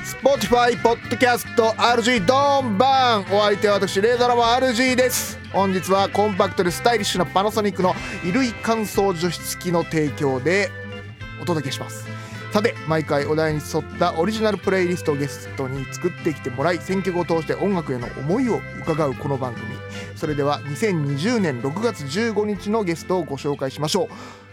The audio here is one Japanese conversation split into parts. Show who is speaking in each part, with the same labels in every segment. Speaker 1: Spotify ポッドキャスト RG ドンバンお相手は私レーザーラマ RG です本日はコンパクトでスタイリッシュなパナソニックの衣類乾燥除湿機の提供でお届けしますさて毎回お題に沿ったオリジナルプレイリストをゲストに作ってきてもらい選曲を通して音楽への思いを伺うこの番組それでは2020年6月15日のゲストをご紹介しましょう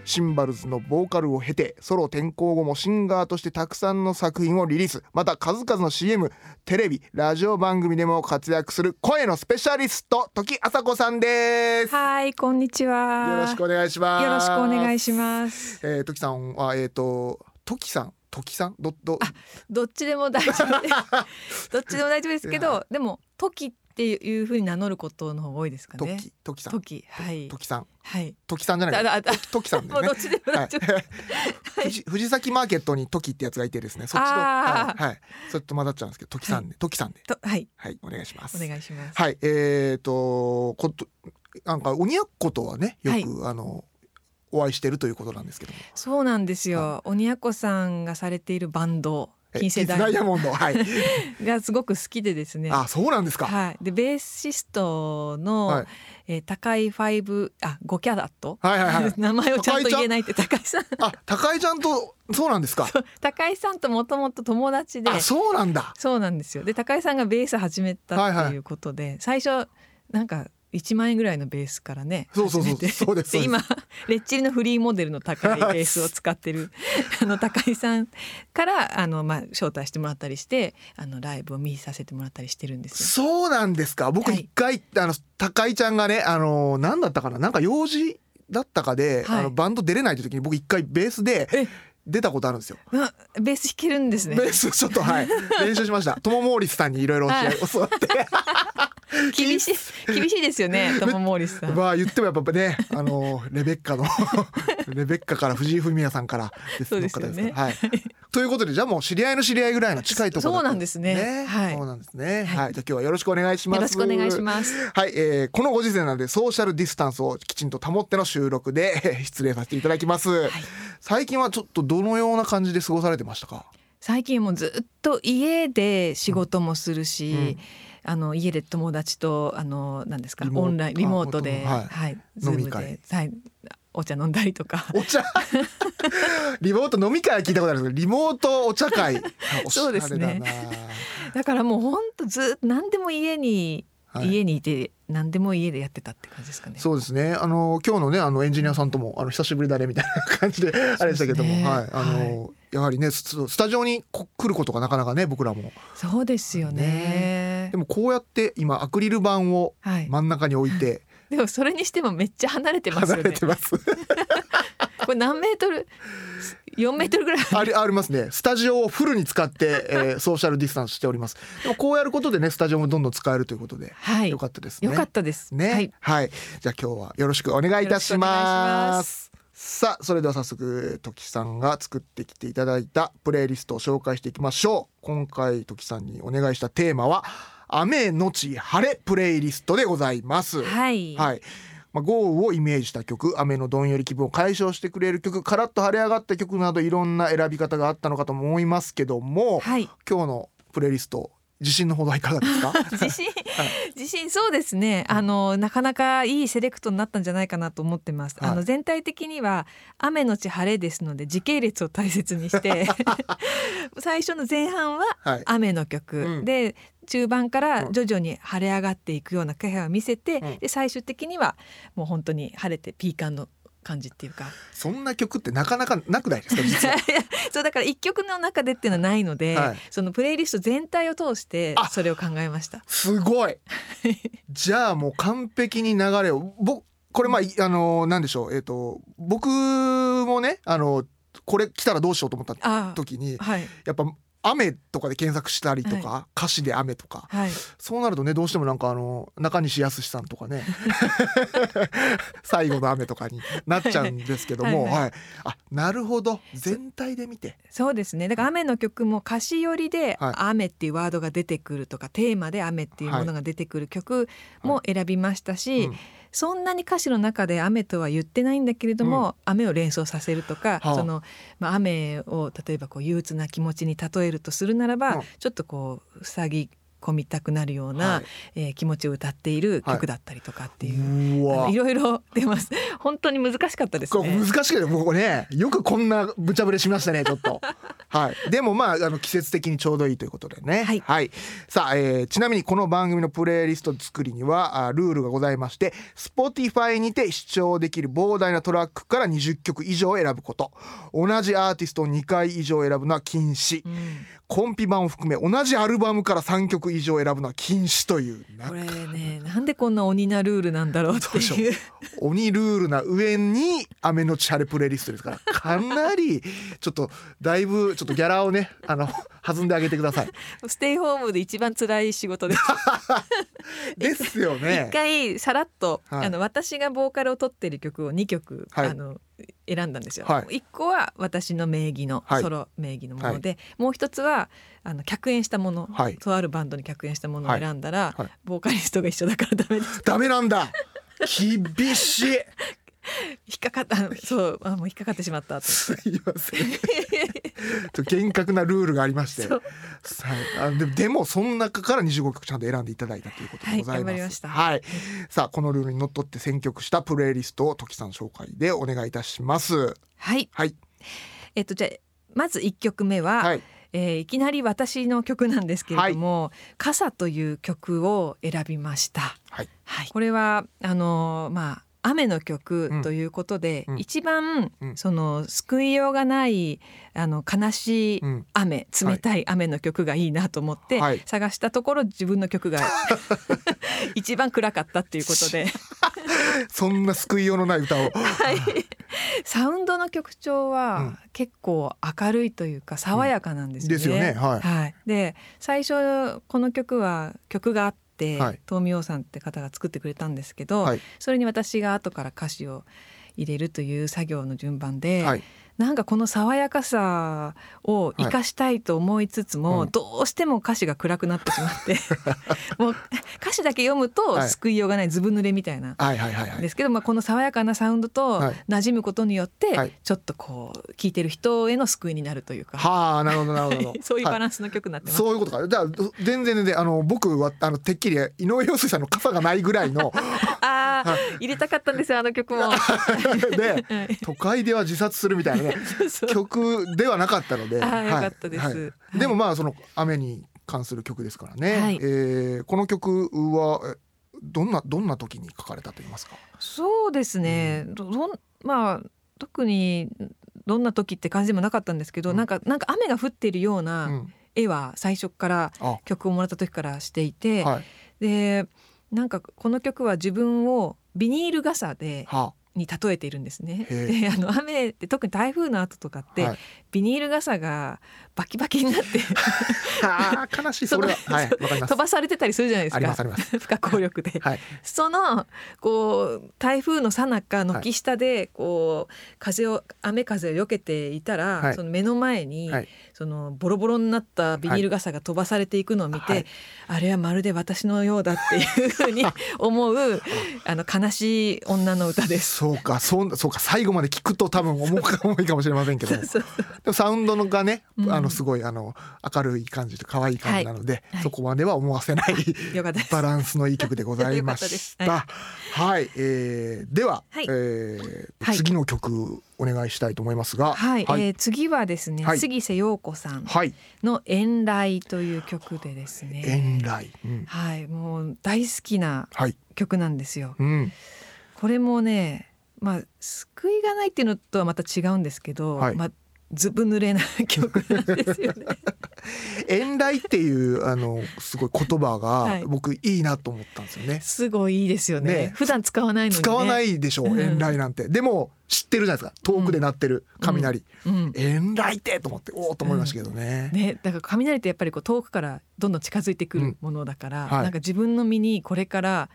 Speaker 1: シンバルズのボーカルを経てソロ転向後もシンガーとしてたくさんの作品をリリースまた数々の CM テレビラジオ番組でも活躍する声のスペシャリスト時朝子さんですよ
Speaker 2: はい、こんにちは。
Speaker 1: ろしくお願いします
Speaker 2: よろしくお願いします。
Speaker 1: えー、時さんはえっ、ー、と時さん時さんどど
Speaker 2: どっちでも大丈夫です。どっちでも大丈夫ですけど、でも時っていう風に名乗ることの方が多いですかね。
Speaker 1: 時時さん
Speaker 2: 時、はい、
Speaker 1: 時さん
Speaker 2: はい。
Speaker 1: 時さんじゃな
Speaker 2: だ
Speaker 1: い
Speaker 2: だだ
Speaker 1: 時さんだ
Speaker 2: も
Speaker 1: よ
Speaker 2: う
Speaker 1: ね
Speaker 2: どっ
Speaker 1: はい
Speaker 2: ちでも大丈夫。
Speaker 1: 藤藤崎マーケットに時ってやつがいてですねそっちとは
Speaker 2: あ
Speaker 1: い、はい、それと混ざっちゃうんですけど時さんで、時さんで
Speaker 2: とはい、
Speaker 1: はいお願いします
Speaker 2: お願いします。
Speaker 1: はい、えー、と、こと、なんか鬼奴とはね、よく、
Speaker 2: はい
Speaker 1: あの。お会いしてるということなんですけども。
Speaker 2: そうなんですよ。鬼奴さんがされているバンド、
Speaker 1: え
Speaker 2: 金星
Speaker 1: キズダ
Speaker 2: 大
Speaker 1: イヤモンド、 はい。
Speaker 2: がすごく好きでですね。
Speaker 1: あ、そうなんですか。
Speaker 2: はい、でベーシストの、
Speaker 1: はい
Speaker 2: えー高いファイブあ五キャラット、
Speaker 1: はいはいはい
Speaker 2: 名前をちゃんと言えないって高井さん
Speaker 1: あ、高井ちゃんと、そうなんですか。
Speaker 2: 高井さんともともと友達で
Speaker 1: あ、そうなんだ。
Speaker 2: そうなんですよで高井さんがベース始めた
Speaker 1: はい
Speaker 2: っ
Speaker 1: は
Speaker 2: て
Speaker 1: い
Speaker 2: いうことで、最初なんか1万円ぐらいのベースからね
Speaker 1: そうそうそう
Speaker 2: 始めて
Speaker 1: そうですそうです
Speaker 2: 今レッチリのフリーモデルの高いベースを使っ てるあの高井さんからあの、まあ、招待してもらったりしてあのライブを見させてもらったりしてるんですよ。
Speaker 1: そうなんですか。僕
Speaker 2: はい
Speaker 1: 一回、あの、高井ちゃんがね、あの、なんだったかな、なんか用事。だったかで、
Speaker 2: はい
Speaker 1: あのバンド出れないという時に僕一回ベースで
Speaker 2: え
Speaker 1: 出たことあるんですよ。
Speaker 2: うわベース弾けるんですね
Speaker 1: ベースちょっと はい練習しました。トモモーリスさんにいろいろ教わって
Speaker 2: 厳しい厳しいですよ ねトモモーリスさん。
Speaker 1: まあ言ってもやっぱね、あのレベッカの レベッカから藤井フミヤさんからです
Speaker 2: そうですよね
Speaker 1: の方ですからはい。ということでじゃあもう知り合いの知り合いぐらいの近いところだ
Speaker 2: そうなんですねはい
Speaker 1: そうなんですね。はい。じゃあ今日はよろしくお願いします。
Speaker 2: よろしくお願いします。
Speaker 1: はい、えーこのご時世なのでソーシャルディスタンスをきちんと保っての収録で えー失礼させていただきます、最近はちょっとどのような感じで過ごされてましたか
Speaker 2: 最近もうずっと家で仕事もするし、
Speaker 1: うん
Speaker 2: あの家で友達とあの何ですか
Speaker 1: リモート
Speaker 2: オンラインリモートで、
Speaker 1: あリ
Speaker 2: は
Speaker 1: モー
Speaker 2: い、
Speaker 1: ト
Speaker 2: ズーム
Speaker 1: 飲み会
Speaker 2: で、はい、お茶飲んだりとか。
Speaker 1: お茶 リモート飲み会は聞いたことあるんですけどリモートお茶会あおしゃれだな
Speaker 2: そうですねだからもう本当ずっと何でも家に、
Speaker 1: はい
Speaker 2: 家にいて何でも家でやってたって感じですかね。
Speaker 1: そうですね。あの今日のねあのエンジニアさんともあの久しぶりだねみたいな感 じであれでしたけども、
Speaker 2: そうですね
Speaker 1: はいあの、やはりねススタジオにこ来ることがなかなかね僕らも
Speaker 2: そうですよね
Speaker 1: でもこうやって今アクリル板を
Speaker 2: はい。
Speaker 1: 真ん中に置い て
Speaker 2: でもそれにしてもめっちゃ離れてます
Speaker 1: 離
Speaker 2: よ
Speaker 1: れ
Speaker 2: ね。
Speaker 1: てます。
Speaker 2: これ何メートル4メートルぐらい
Speaker 1: あり ありますね。スタジオをフルに使って、えーソーシャルディスタンスしております。でもこうやることでねスタジオもどんどん使えるということで、
Speaker 2: はい
Speaker 1: よかったですね。
Speaker 2: よかったです。
Speaker 1: ね、は
Speaker 2: はいい、、
Speaker 1: じゃあ今日はよろしくお願いいたし
Speaker 2: よ
Speaker 1: ま。
Speaker 2: ろしくお願いします
Speaker 1: さあそれでは早速時さんが作ってきていただいたプレイリストを紹介していきましょう今回時さんにお願いしたテーマは雨のち晴れプレイリストでございます
Speaker 2: はい
Speaker 1: はいまあ、豪雨をイメージした曲雨のどんより気分を解消してくれる曲カラッと晴れ上がった曲などいろんな選び方があったのかと思いますけども、
Speaker 2: はい
Speaker 1: 今日のプレイリスト自信のほどはいかが ですか
Speaker 2: 自信、自信そうですね。あのなかなかいいセレクトになったんじゃないかなと思ってます。
Speaker 1: はい
Speaker 2: あの全体的には雨のち晴れですので時系列を大切にして 最初の前半は
Speaker 1: はい
Speaker 2: 雨の曲、
Speaker 1: うん
Speaker 2: で中盤から
Speaker 1: うん
Speaker 2: 徐々に晴れ上がっていくような気配を見せて、
Speaker 1: うん
Speaker 2: で最終的にはもう本当に晴れてピーカンの感じっていうか
Speaker 1: そんな曲ってなかなかなくないですか実 は
Speaker 2: そうだから一曲の中でっていうのはないので、
Speaker 1: はい
Speaker 2: そのプレイリスト全体を通して
Speaker 1: あ
Speaker 2: それを考えました。
Speaker 1: すごいじゃあもう完璧に流れを僕これまあいあのなんでしょうえっ、と僕もねあのこれ来たらどうしようと思った
Speaker 2: あー
Speaker 1: 時に
Speaker 2: はい
Speaker 1: やっぱ雨とかで検索したりとか、歌詞で雨とか
Speaker 2: はい
Speaker 1: そうなるとねどうしてもなんかあの中西康さんとかね 最後の雨とかになっちゃうんですけども
Speaker 2: はい
Speaker 1: は、
Speaker 2: はい
Speaker 1: あなるほど全体で見て
Speaker 2: そうですねだから雨の曲も歌詞寄りで「
Speaker 1: はい
Speaker 2: 雨」っていうワードが出てくるとかテーマで「雨」っていうものが出てくる曲も選びましたし、
Speaker 1: はいうん
Speaker 2: そんなに歌詞の中で雨とは言ってないんだけれども、雨を連想させるとか、
Speaker 1: はあ
Speaker 2: その、まあ、雨を例えばこう憂鬱な気持ちに例えるとするならば、
Speaker 1: うん
Speaker 2: ちょっとこう塞ぎ込みたくなるような、
Speaker 1: はい
Speaker 2: えー気持ちを歌っている曲だったりとかっていう、
Speaker 1: う
Speaker 2: あ
Speaker 1: わ
Speaker 2: のいろいろ出ます。本当に難しかったです
Speaker 1: これ
Speaker 2: ね。
Speaker 1: 難しいけどもうねよくこんな無茶ぶりしましたねちょっと はいでもまああの季節的にちょうどいいということでね
Speaker 2: はい
Speaker 1: さあ、えーちなみにこの番組のプレイリスト作りにはあルールがございまして Spotify にて視聴できる膨大なトラックから20曲以上を選ぶこと同じアーティストを2回以上選ぶのは禁止、
Speaker 2: うん
Speaker 1: コンピ版を含め同じアルバムから3曲以上選ぶのは禁止というな
Speaker 2: これねなんでこんな鬼なルールなんだろうって
Speaker 1: そう
Speaker 2: い
Speaker 1: で
Speaker 2: う
Speaker 1: 鬼ルールな上に雨のチャレプレイリストですからかなりちょっとだいぶちょっとギャラをねあの弾んであげてください。
Speaker 2: ステイホームで一番辛い仕事です
Speaker 1: ですよね
Speaker 2: 一。回さらっと、
Speaker 1: はい
Speaker 2: あの私がボーカルを取ってる曲を2曲、
Speaker 1: はい
Speaker 2: あの選んだんですよ、
Speaker 1: は
Speaker 2: 一個は私の名義の、
Speaker 1: はい
Speaker 2: ソロ名義のもので、もう一つはあの客演したもの、
Speaker 1: はい
Speaker 2: とあるバンドに客演したものを選んだら、
Speaker 1: はいはい
Speaker 2: ボーカリストが一緒だからダメです
Speaker 1: ダメなんだ厳しい
Speaker 2: 引っかかったあのそうあもう引っかかってしまったと
Speaker 1: すいませんちょっと厳格なルールがありまして
Speaker 2: そう
Speaker 1: さああでもでもその中から25曲ちゃんと選んでいただいたということでございます。
Speaker 2: はい頑張りました
Speaker 1: はいさあこのルールにのっとって選曲したプレイリストを時さん紹介でお願いいたします。
Speaker 2: はい
Speaker 1: はい
Speaker 2: えっとじゃあまず1曲目は、
Speaker 1: はい
Speaker 2: えーいきなり私の曲なんですけれども、傘という曲を選びました。
Speaker 1: はい
Speaker 2: これはあのーまあ雨の曲
Speaker 1: うん
Speaker 2: ということで、
Speaker 1: うん
Speaker 2: 一番、
Speaker 1: うん
Speaker 2: その救いようがないあの悲しい
Speaker 1: うん
Speaker 2: 雨、冷たい雨の曲がいいなと思って、
Speaker 1: はい
Speaker 2: 探したところ自分の 曲が 一番暗かったっていうことで、
Speaker 1: そんな救いようのない歌を。
Speaker 2: はい、サウンドの曲調
Speaker 1: う
Speaker 2: は
Speaker 1: ん
Speaker 2: 結構明るいというか爽やかなんですよね。
Speaker 1: ですよね。はい。
Speaker 2: はい、で最初この曲は曲があって
Speaker 1: はい
Speaker 2: 東明さんって方が作ってくれたんですけど、
Speaker 1: はい
Speaker 2: それに私が後から歌詞を入れるという作業の順番で、
Speaker 1: はい。
Speaker 2: なんかこの爽やかさを生かしたいと思いつつ
Speaker 1: は
Speaker 2: も、
Speaker 1: いうん
Speaker 2: どうしても歌詞が暗くなってしまって もう歌詞だけ読むと
Speaker 1: はい
Speaker 2: 救いようがないずぶ濡れみたいな。
Speaker 1: はいはいはいはい。
Speaker 2: ですけど、まあ、この爽やかなサウンドと
Speaker 1: はい
Speaker 2: 馴染むことによって、
Speaker 1: はい
Speaker 2: ちょっとこう聴いてる人への救いになるというか、。
Speaker 1: はあ、なるほどなるほど
Speaker 2: そういうバ
Speaker 1: は
Speaker 2: ランスの曲になってます。
Speaker 1: そういうことか。じゃあ全然全然あの僕はあのてっきり井上陽水さんの傘がないぐらいの
Speaker 2: ああ、入れたかったんですよ、あの曲も。は
Speaker 1: で
Speaker 2: い
Speaker 1: 都会では自殺するみたいなね
Speaker 2: そうそう
Speaker 1: 曲ではなかったので。
Speaker 2: あー
Speaker 1: はい
Speaker 2: よかったです
Speaker 1: はいでもまあその雨に関する曲ですからね。
Speaker 2: はい
Speaker 1: えーこの曲はえどんなどんな時に書かれたと言いますか。
Speaker 2: そうですね、どどん、まあ、特に。どんな時って感じでもなかったんですけど、
Speaker 1: うん
Speaker 2: なんか、なんか雨が降っているよう
Speaker 1: う。
Speaker 2: なん絵は最初から
Speaker 1: あ、はい。
Speaker 2: 曲をもらった時からしていて。
Speaker 1: は
Speaker 2: で、なんか、この曲は自分をビニール傘で、
Speaker 1: あ。
Speaker 2: に例えているんですね。
Speaker 1: へえ
Speaker 2: で、あの雨って、特に台風の後とかって、
Speaker 1: はい
Speaker 2: ビニール傘がバキバキにな って。
Speaker 1: あー悲しいそれは。はい。わかります
Speaker 2: 飛。ばされてたりするじゃないです
Speaker 1: ありますあり
Speaker 2: か。
Speaker 1: ます。
Speaker 2: 不可抗力で、
Speaker 1: はい。
Speaker 2: そのこう台風の最中軒下でこう風を雨風を避けていたら、
Speaker 1: はい
Speaker 2: その目の前に、
Speaker 1: はい
Speaker 2: そのボロボロになったビニール傘が飛ばされていくのを見て、
Speaker 1: はい
Speaker 2: あれはまるで私のようだっていうふ うに思うあの悲しい女の歌です。
Speaker 1: そうか、そう、そうか、最後まで聞くと多分重か重いかもしれませんけども。で
Speaker 2: そう
Speaker 1: もサウンドのがね、
Speaker 2: うん
Speaker 1: あのすごいあの明るい感じと可愛い感じなので、
Speaker 2: はい
Speaker 1: そこまでは思わせない。
Speaker 2: よかったです
Speaker 1: バランスのいい曲でございまし
Speaker 2: よ
Speaker 1: た。はい、えーでは、
Speaker 2: はい
Speaker 1: えー
Speaker 2: はい
Speaker 1: 次の曲お願いしたいと思いますが。
Speaker 2: はい、
Speaker 1: はい、
Speaker 2: えー次はですね、
Speaker 1: はい
Speaker 2: 杉瀬陽子さん
Speaker 1: はい
Speaker 2: の「遠雷」という曲でですね、
Speaker 1: 遠来、うん、
Speaker 2: はい、もう大好きな
Speaker 1: はい、
Speaker 2: 曲なんですよ。
Speaker 1: うん、
Speaker 2: これもね、まあ救いがないっていうのとはまた違うんですけど、
Speaker 1: はい
Speaker 2: まあずぶ濡れな曲なんで すよね。
Speaker 1: 遠来っていうあのすごい言葉
Speaker 2: は
Speaker 1: が
Speaker 2: い
Speaker 1: 僕いいなと思ったんですよね。
Speaker 2: すごいいいですよね。
Speaker 1: ね
Speaker 2: 普段使わないのに、ね、
Speaker 1: 使わな。いでしょう、
Speaker 2: うん
Speaker 1: 遠雷なんてでも知ってるじゃないですか遠くで鳴ってる雷、
Speaker 2: うん。
Speaker 1: 遠雷ってと思っておおと思いましたけどね、
Speaker 2: ね、だから雷ってやっぱりこう遠くからどんどん近づいてく
Speaker 1: う
Speaker 2: る
Speaker 1: ん
Speaker 2: ものだから、
Speaker 1: はい
Speaker 2: なんか自分の身にこれから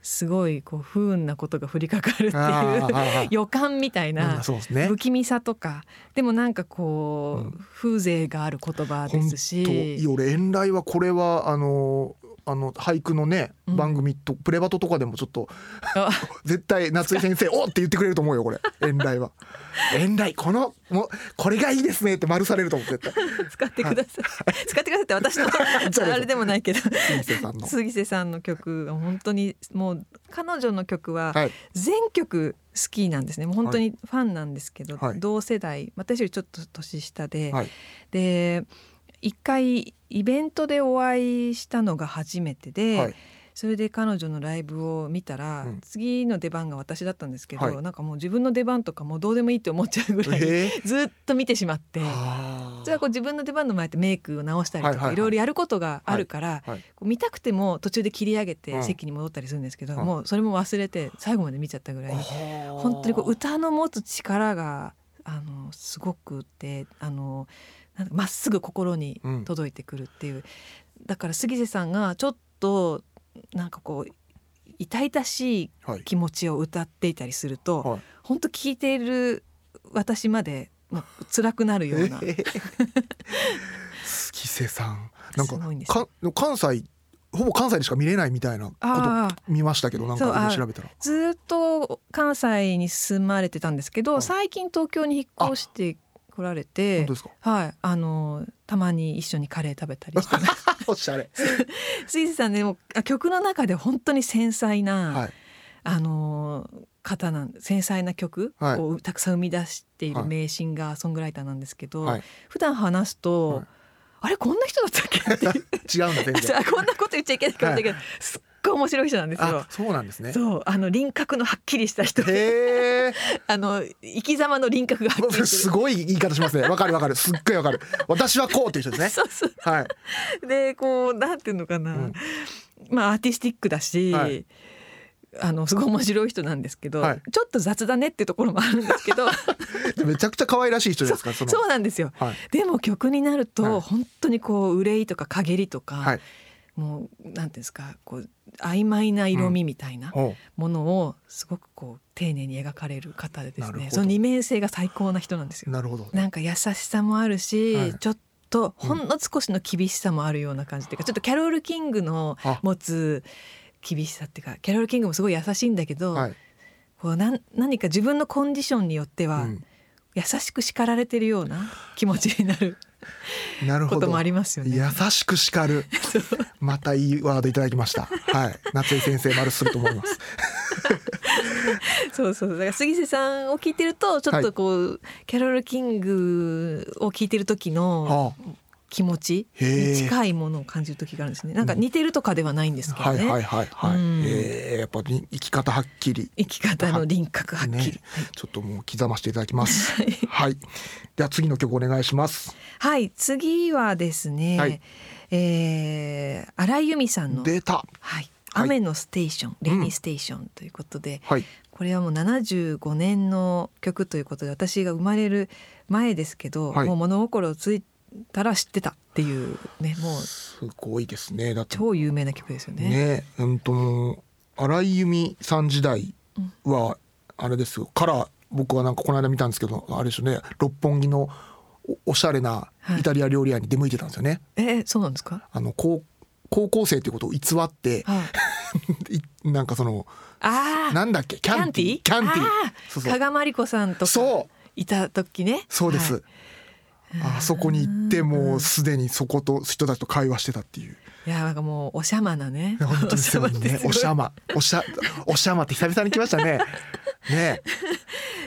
Speaker 2: すごいこう不運なことが降りかかるっていう
Speaker 1: あ
Speaker 2: 予感みたい
Speaker 1: あ、うん、
Speaker 2: な
Speaker 1: そうですね
Speaker 2: 不気味さとかでもなんかこ
Speaker 1: う
Speaker 2: う、
Speaker 1: ん
Speaker 2: 風情がある言葉
Speaker 1: 本
Speaker 2: です
Speaker 1: 当い
Speaker 2: し
Speaker 1: や俺遠雷はこれはあのあの俳句のね
Speaker 2: うん
Speaker 1: 番組と、プレバトとかでもちょっと
Speaker 2: あ
Speaker 1: 絶対夏井先生「おっ!」って言ってくれると思うよこれ遠来は遠来このもうこれがいいですねって丸されると思う絶対
Speaker 2: 使ってください。使ってくださいっ て私の
Speaker 1: じゃあ
Speaker 2: あれでもないけど、
Speaker 1: 杉瀬さんの。
Speaker 2: 杉瀬さんの曲は本当にもう彼女の曲は
Speaker 1: はい、
Speaker 2: 全曲好きなんですね。もう本当にファンなんですけど、
Speaker 1: はい
Speaker 2: 同世代、私よりちょっと年下で、
Speaker 1: はい
Speaker 2: で一回イベントでお会いしたのが初めてで。
Speaker 1: はい
Speaker 2: それで彼女のライブを見たら、
Speaker 1: うん
Speaker 2: 次の出番が私だったんですけど、
Speaker 1: はい
Speaker 2: なんかもう自分の出番とかもうどうでもいいって思っちゃうぐらい、
Speaker 1: え
Speaker 2: ずっと見てしまって
Speaker 1: ー、あー
Speaker 2: 実はこう自分の出番の前ってメイクを直したりと
Speaker 1: は
Speaker 2: か、
Speaker 1: いいはいはい
Speaker 2: ろいろやることがあるから、
Speaker 1: はいはい
Speaker 2: こう見たくても途中で切り上げ
Speaker 1: う
Speaker 2: て
Speaker 1: ん
Speaker 2: 席に戻ったりするんですけど、
Speaker 1: うん
Speaker 2: もうそれも忘れて最後まで見ちゃったぐらい、
Speaker 1: あー
Speaker 2: 本当にこう歌の持つ力があのすごくってあのなんかまっすぐ心に
Speaker 1: うん
Speaker 2: 届いてくるっていう、だから杉瀬さんがちょっとなんかこう痛々しい
Speaker 1: はい
Speaker 2: 気持ちを歌っていたりすると、
Speaker 1: はい
Speaker 2: 本当聞いている私まで、まあ、辛くなるような。
Speaker 1: えー杉瀬さ んなんか
Speaker 2: すごいんです
Speaker 1: か関西ほぼ関西でしか見れないみたいなこと
Speaker 2: ああ
Speaker 1: 見ましたけどなん
Speaker 2: そう
Speaker 1: か
Speaker 2: あ
Speaker 1: 調べたら
Speaker 2: ずーっと関西に住まれてたんですけど、
Speaker 1: はい
Speaker 2: 最近東京に引っ越してこられ
Speaker 1: 本
Speaker 2: て
Speaker 1: 当です か
Speaker 2: はいあのたまに一緒にカレー食べたりして
Speaker 1: おしゃれ
Speaker 2: スイスさんねもうあ曲の中で本当に繊細な、
Speaker 1: はい
Speaker 2: あの方なん繊細な曲
Speaker 1: はい
Speaker 2: をたくさん生み出してい
Speaker 1: は
Speaker 2: る
Speaker 1: い
Speaker 2: 名シンガーソングライターなんですけど、
Speaker 1: はい
Speaker 2: 普段話すと、
Speaker 1: はい
Speaker 2: あれこんな人だったっ けって
Speaker 1: 違うんだ 全然
Speaker 2: こんなこと言っちゃいけないかもしれないけど、すっごい面白い人なんですよ
Speaker 1: あ。そうなんですね
Speaker 2: そうあの輪郭のはっきりした人で
Speaker 1: へえ
Speaker 2: あの生き様の輪郭がはっき りして
Speaker 1: す
Speaker 2: る。
Speaker 1: ごい言い方しますねわかるわかるすっごいわかる私はこうっていう人ですね
Speaker 2: そうそう
Speaker 1: はい
Speaker 2: でこうなんていうのかな、
Speaker 1: うん
Speaker 2: まあアーティスティックだし、
Speaker 1: はい
Speaker 2: あのすごい面白い人なんですけど、
Speaker 1: はい
Speaker 2: ちょっと雑だねっていうところもあるんですけ ど
Speaker 1: めちゃくちゃ可愛らしい人じゃないですかその
Speaker 2: そうなんですよ
Speaker 1: はい
Speaker 2: でも曲になると、
Speaker 1: はい
Speaker 2: 本当にこう憂いとか陰りとか、
Speaker 1: はい
Speaker 2: もうなんていうんですかこう曖昧な色味みたいな
Speaker 1: ほ
Speaker 2: ものをすごくこう丁寧に描かれる方でで
Speaker 1: な
Speaker 2: す
Speaker 1: るほ
Speaker 2: ね
Speaker 1: ど
Speaker 2: その二面性が最高な人なんです
Speaker 1: う
Speaker 2: よ。
Speaker 1: なるほど
Speaker 2: なんか優しさもあるし、
Speaker 1: はい
Speaker 2: ちょっとほんの少しの厳しさもあるような感じっていうか、ちょっとキャロル・キングの
Speaker 1: あ
Speaker 2: 持つ厳しさっていうかキャロル・キングもすごい優しいんだけど、
Speaker 1: はい
Speaker 2: こうなん何か自分のコンディションによって
Speaker 1: う
Speaker 2: は
Speaker 1: ん
Speaker 2: 優しく叱られてるような気持ちになる
Speaker 1: なる
Speaker 2: こ
Speaker 1: ほ
Speaker 2: とも
Speaker 1: ど
Speaker 2: ありますよね。
Speaker 1: 優しく叱る
Speaker 2: そう
Speaker 1: またいいワードいただきました。はい、夏井先生丸すると思い ます。
Speaker 2: そうそうだから杉瀬さんを聞いてるとちょっとこう、キャロル・キングを聞いてる時の
Speaker 1: あ
Speaker 2: 気持ち
Speaker 1: へえ
Speaker 2: に近いものを感じる時があるんですね。なんか似てるとかではないんですけど
Speaker 1: はい
Speaker 2: ね。
Speaker 1: はいはいは
Speaker 2: う
Speaker 1: い
Speaker 2: ん。
Speaker 1: えー、やっぱり生き方はっきり。
Speaker 2: 生き方の輪郭はっきり。
Speaker 1: ね、ちょっともう刻ましていただきます。はい。では次の曲お願いします。
Speaker 2: はい、次はですね、
Speaker 1: はい
Speaker 2: えー荒井由実さんの、
Speaker 1: 出た。
Speaker 2: はい、
Speaker 1: はい
Speaker 2: 雨のステーション、レイニーステーションということで、
Speaker 1: はい。
Speaker 2: これはもう75年の曲ということで、私が生まれる前ですけど、
Speaker 1: はい
Speaker 2: もう物心ついたら知ってたっていう ね、もう
Speaker 1: すごいですね。だって
Speaker 2: 超有名な曲ですよね。
Speaker 1: ね、うんともう荒井由実さん時代はあれですよ。から僕はなんかこの間見たんですけど、あれですよね。六本木のおおしゃれなイタリア料理屋に出向いてたんですよね。
Speaker 2: えーそうなんですか。
Speaker 1: あの高高校生ということを偽って、
Speaker 2: はい、
Speaker 1: いなんかその
Speaker 2: ああ、
Speaker 1: なんだっけキャンティー
Speaker 2: キャンティ
Speaker 1: キャンティー
Speaker 2: あ
Speaker 1: そう
Speaker 2: ー
Speaker 1: そう
Speaker 2: 加賀まりこさんとか
Speaker 1: そう
Speaker 2: いた時ね。
Speaker 1: そうです、
Speaker 2: はい
Speaker 1: あそこに行ってもうすでにそこと人たちと会話してたっていう
Speaker 2: いやなんかもうおしゃまなね。
Speaker 1: 本当にすごい ねおしゃ
Speaker 2: ま。
Speaker 1: まおしゃ おしゃまって久々に来ましたねね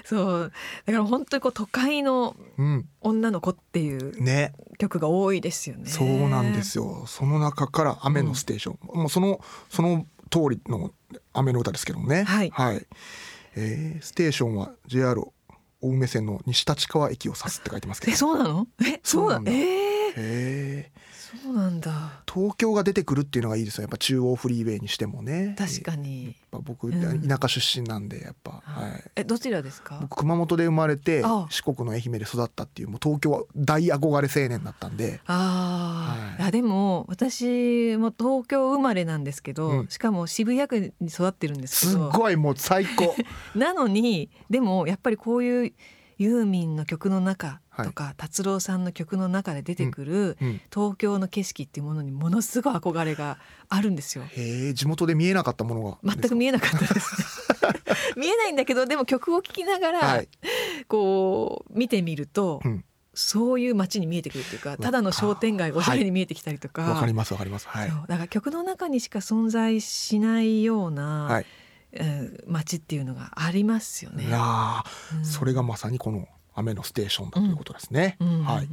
Speaker 2: そうだから本当にこう都会の
Speaker 1: うん
Speaker 2: 女の子っていう
Speaker 1: ね
Speaker 2: 曲が多いですよね。
Speaker 1: そうなんですよその中から「雨のステーション」もうそのその通りの雨の歌ですけどもね
Speaker 2: はい
Speaker 1: えーステーションは JR 青梅線の西立川駅を指すって書いてますけ
Speaker 2: え
Speaker 1: ど
Speaker 2: そうなの？えそう
Speaker 1: そうな
Speaker 2: だ
Speaker 1: ん。だ
Speaker 2: ええ
Speaker 1: へえ
Speaker 2: そうなんだ。
Speaker 1: 東京が出てくるっていうのがいいですよやっぱ中央フリーウェイにしてもね
Speaker 2: 確
Speaker 1: やっ
Speaker 2: かに。
Speaker 1: ぱ僕、
Speaker 2: うん
Speaker 1: 田舎出身なんでやっぱ、はい、
Speaker 2: えどちらですか？
Speaker 1: 僕熊本で生まれて
Speaker 2: ああ
Speaker 1: 四国の愛媛で育ったっていうもう東京は大憧れ青年だったんで
Speaker 2: ああ、
Speaker 1: はい
Speaker 2: いやでも私も東京生まれなんですけど、
Speaker 1: うん
Speaker 2: しかも渋谷区に育ってるんですけ
Speaker 1: すっ
Speaker 2: ど
Speaker 1: ごいもう最高
Speaker 2: なのにでもやっぱりこういうユーミンの曲の中
Speaker 1: はい
Speaker 2: とか達郎さんの曲の中で出てくる
Speaker 1: うんうん
Speaker 2: 東京の景色っていうものにものすごい憧れがあるんですよ。
Speaker 1: へえ地元で見えなかったものが
Speaker 2: 全く見えなかったです。 見えないんだけどでも曲を聴きなが
Speaker 1: は
Speaker 2: ら
Speaker 1: い
Speaker 2: こう見てみると、
Speaker 1: うん
Speaker 2: そういう街に見えてくるっていうかただの商店街がおしゃれに見えてきたりとか,、
Speaker 1: わかりますわかりますはい
Speaker 2: そうだから曲の中にしか存在しないような、
Speaker 1: はい
Speaker 2: うん街っていうのがありますよね。
Speaker 1: なあ
Speaker 2: うん
Speaker 1: それがまさにこの雨のステーションだということですね
Speaker 2: うんうんうん
Speaker 1: はい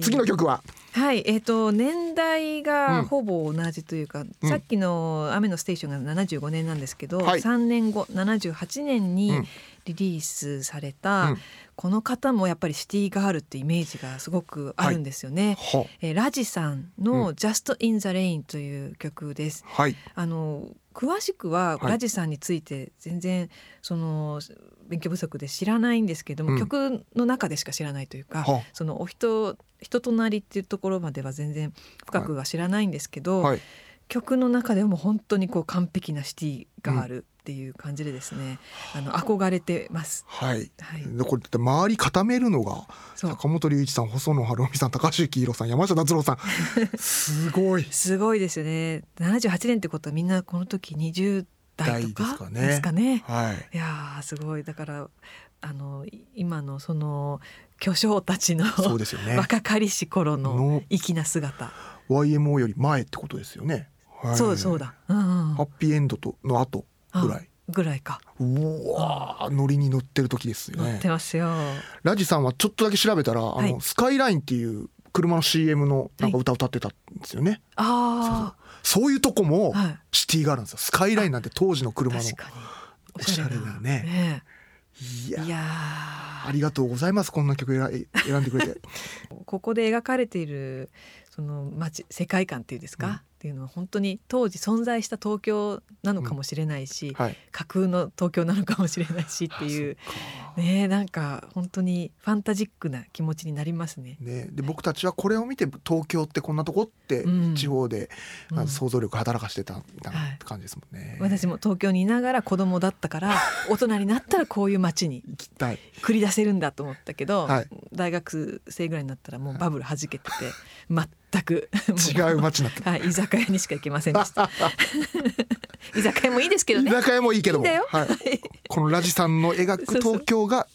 Speaker 1: 次の曲は
Speaker 2: はい、えっ、と年代
Speaker 1: う
Speaker 2: が
Speaker 1: ん
Speaker 2: ほぼ同じというか、
Speaker 1: うん
Speaker 2: さっきの雨のステーションが75年なんですけど、
Speaker 1: はい
Speaker 2: 3年後78年
Speaker 1: う
Speaker 2: に
Speaker 1: ん
Speaker 2: リリースされた、
Speaker 1: うん
Speaker 2: この方もやっぱりシティガールってイメージがすごくあるんですよね。
Speaker 1: は
Speaker 2: えーラジさん
Speaker 1: う
Speaker 2: の「Just in the Rain」という曲です。
Speaker 1: はい
Speaker 2: あの詳しくは
Speaker 1: はい
Speaker 2: ラジさんについて全然その勉強不足で知らないんですけども、
Speaker 1: うん
Speaker 2: 曲の中でしか知らないというか、
Speaker 1: は
Speaker 2: そのお人人となりっていうところまでは全然深くは知らないんですけど、
Speaker 1: はい
Speaker 2: 曲の中でも本当にこう完璧なシティガールっていう感じでですね、あの憧れてます。
Speaker 1: はい
Speaker 2: はい、
Speaker 1: でこれだって周り固めるのが
Speaker 2: そう
Speaker 1: 坂本龍一さん細野晴臣さん高橋幸宏さん山下達郎さんすごい
Speaker 2: すごいですよね。78年ってことはみんなこの時20代とか
Speaker 1: 代ですかね
Speaker 2: ですかね。
Speaker 1: はい
Speaker 2: いやーすごいだからあのい今のその巨匠たちの
Speaker 1: そうですよね
Speaker 2: 若かりし頃の
Speaker 1: の
Speaker 2: 粋な姿、
Speaker 1: YMO より前ってことですよね、はい
Speaker 2: そうそうだ、うんうん
Speaker 1: ハッピーエンドとの後ぐらい
Speaker 2: ぐらいか
Speaker 1: うわーノリに乗ってる時ですよ
Speaker 2: 乗っ
Speaker 1: ね
Speaker 2: てますよ、
Speaker 1: ラジさんはちょっとだけ調べたらあの、
Speaker 2: はい
Speaker 1: スカイラインっていう車の CM のなんか
Speaker 2: は
Speaker 1: 歌歌ってたんですよね、
Speaker 2: あ
Speaker 1: そういうとこも
Speaker 2: あはい
Speaker 1: シティがあるんですよスカイラインなんて当時の車の
Speaker 2: 確かに
Speaker 1: おしゃれだよね
Speaker 2: ね
Speaker 1: いや
Speaker 2: いや
Speaker 1: あ
Speaker 2: ー
Speaker 1: りがとうございますこんな曲選選んでく れて
Speaker 2: ここで描かれているその街世界観っていうんですか、
Speaker 1: うん
Speaker 2: っていうのは本当に当時存在した東京なのかもしれないし、
Speaker 1: はい
Speaker 2: 架空の東京なのかもしれないしっていう
Speaker 1: あそっか
Speaker 2: ねえなんか本当にファンタジックな気持ちになりますね。
Speaker 1: ね、で僕たちはこれを見て東京ってこんなとこって
Speaker 2: うん
Speaker 1: 地方で、
Speaker 2: うん
Speaker 1: あの想像力働かしてたみたいな
Speaker 2: はい
Speaker 1: 感じですもんね、
Speaker 2: 私も東京にいながら子供だった から大人になったらこういう街に
Speaker 1: 行きたい
Speaker 2: 繰り出せるんだと思ったけど、
Speaker 1: はい
Speaker 2: 大学生ぐらいになったらもうバブル弾けてて全く
Speaker 1: 違う街になってた
Speaker 2: はい居酒屋にしか行けませんでした 居酒屋もいいですけど
Speaker 1: 居
Speaker 2: ね
Speaker 1: 酒屋もいいけども
Speaker 2: いいんだよ
Speaker 1: はい、このラジさんの描く
Speaker 2: そうそう
Speaker 1: 東京が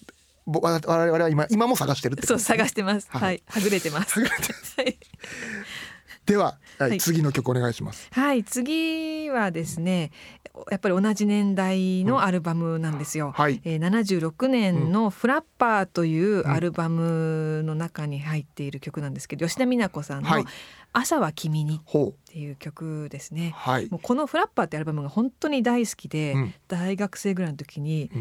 Speaker 1: ぼわ我々は今今も探してるってこと
Speaker 2: そう
Speaker 1: ですね
Speaker 2: 探してます
Speaker 1: は
Speaker 2: はいい、はぐれてます
Speaker 1: はぐれ
Speaker 2: はい
Speaker 1: では、はい
Speaker 2: はい
Speaker 1: 次の曲お願いします
Speaker 2: はい次はですねやっぱり同じ年代のアルバムなんですよ、
Speaker 1: はい
Speaker 2: えー、76年の「フラッパー」というアルバムの中に入っている曲なんですけど吉田美奈子さん
Speaker 1: はい
Speaker 2: の「朝は君に」っ
Speaker 1: ほう
Speaker 2: ていう曲ですね。
Speaker 1: はい
Speaker 2: もうこの「フラッパー」ってアルバムが本当に大好きで、
Speaker 1: うん
Speaker 2: 大学生ぐらいの時に、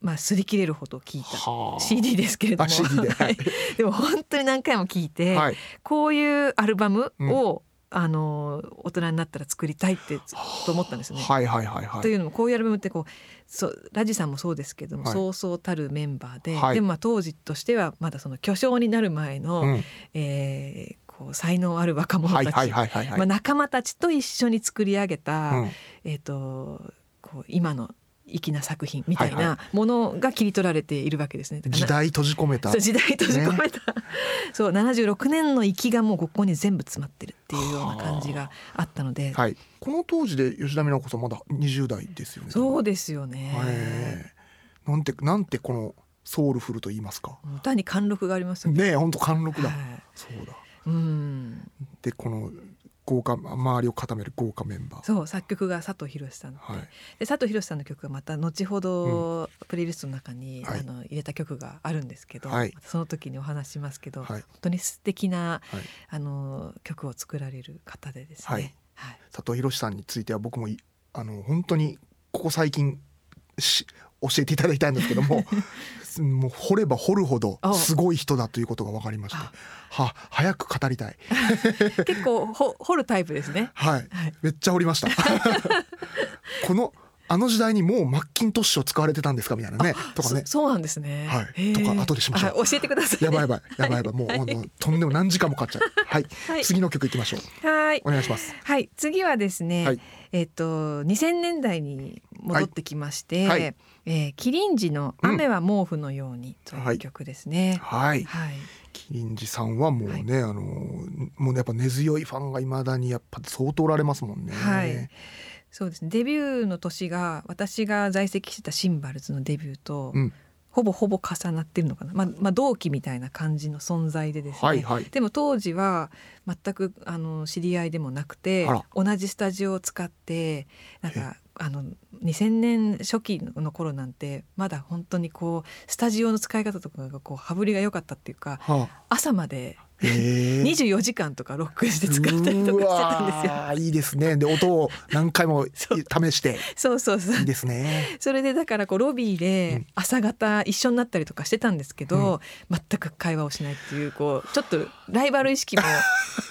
Speaker 2: まあ擦り切れるほど聴いた
Speaker 1: はあ
Speaker 2: CD ですけれど
Speaker 1: あ
Speaker 2: も
Speaker 1: CD で
Speaker 2: はいでも本当に何回も聴いて、
Speaker 1: はい
Speaker 2: こういうアルバムを、あの大人になったら作りたいってずっと思ったんですよね。
Speaker 1: はいはいはいは
Speaker 2: と
Speaker 1: い
Speaker 2: いうのもこういうアルバムってこうそうラジさんもそうですけども、
Speaker 1: はい
Speaker 2: そうそうたるメンバーで、
Speaker 1: はい
Speaker 2: でもまあ当時としてはまだその巨匠になる前の、
Speaker 1: うん
Speaker 2: えーこう才能ある若者
Speaker 1: は
Speaker 2: た
Speaker 1: い
Speaker 2: ち、
Speaker 1: はいはいはいはい
Speaker 2: まあ、仲間たちと一緒に作り上げた、
Speaker 1: うん
Speaker 2: えー、とこう今の粋な作品みたい
Speaker 1: はいは
Speaker 2: なものが切り取られているわけですね。だから
Speaker 1: 時代閉じ込めた
Speaker 2: そう時代閉じ込めた、 そう76年の粋がもうここに全部詰まってるっていうような感じがあったので、
Speaker 1: はいこの当時で吉田美奈子さんまだ20代ですよね
Speaker 2: そううですよね。
Speaker 1: なんてなんてこのソウルフルと言いますか
Speaker 2: 歌に貫禄がありますよね。
Speaker 1: ねえほんと貫禄だ、
Speaker 2: はい
Speaker 1: そうだ
Speaker 2: うん、
Speaker 1: でこの豪華周りを固める豪華メンバー
Speaker 2: そう作曲が佐藤博さんで,、
Speaker 1: はい
Speaker 2: で佐藤博さんの曲がまた後ほどプレイリストの中に、
Speaker 1: はい
Speaker 2: あの入れた曲があるんですけど、
Speaker 1: はい
Speaker 2: その時にお話しますけど、
Speaker 1: はい
Speaker 2: 本当に素敵な、
Speaker 1: はい
Speaker 2: あの曲を作られる方でですね、
Speaker 1: はい
Speaker 2: はい
Speaker 1: 佐藤博さんについては僕もいあの本当にここ最近し教えていただいたんですけども もう掘れば掘るほど
Speaker 2: あ
Speaker 1: すごい人だということが分かりまして
Speaker 2: あ
Speaker 1: は早く語りたい
Speaker 2: 結構ほ掘るタイプですね。
Speaker 1: はい
Speaker 2: はい
Speaker 1: めっちゃ掘り ましたこのあの時代にもうマッキントッシュを使われてたんですかみたいなねとかね
Speaker 2: そそうなんですね。
Speaker 1: はい
Speaker 2: へー
Speaker 1: とか後でしましょう
Speaker 2: あ教えてください。
Speaker 1: やばいやばいやばいやばいもう、あのとんでも何時間もかかっちゃうはい、
Speaker 2: はい
Speaker 1: 次の曲いきましょう
Speaker 2: はい
Speaker 1: お。願いします
Speaker 2: はい、次はですね、
Speaker 1: はい
Speaker 2: えっ、と2000年代に戻ってきまして、
Speaker 1: はいはい
Speaker 2: えー、キリンジの雨は毛布のようにと
Speaker 1: は
Speaker 2: いう
Speaker 1: い
Speaker 2: 曲ですね。
Speaker 1: はい
Speaker 2: はい。
Speaker 1: キリンジさんはもうね、あのもうねやっぱ根強いファンがいまだにやっぱ相当おられますもんね。
Speaker 2: はいそうですね。デビューの年が私が在籍してたシンバルズのデビューと、
Speaker 1: うん
Speaker 2: ほぼほぼ重なってるのかな。まあまあ同期みたいな感じの存在でですね。
Speaker 1: はいはい
Speaker 2: でも当時は全くあの知り合いでもなくて
Speaker 1: あら
Speaker 2: 同じスタジオを使ってなんかあの2000年初期の頃なんてまだ本当にこうスタジオの使い方とかがこう羽振りが良かったっていうか
Speaker 1: はあ、
Speaker 2: 朝まで
Speaker 1: ええ
Speaker 2: 24時間とかロックして使ったりとかしてたんです
Speaker 1: う
Speaker 2: よ。
Speaker 1: わーいいですね。で音を何回も
Speaker 2: そう
Speaker 1: 試して
Speaker 2: そうそうそう
Speaker 1: いいです ね。
Speaker 2: それでだからこうロビー
Speaker 1: う
Speaker 2: で
Speaker 1: ん
Speaker 2: 朝方一緒になったりとかしてたんですけど、全く会話をしないっていうこうちょっとライバル意識も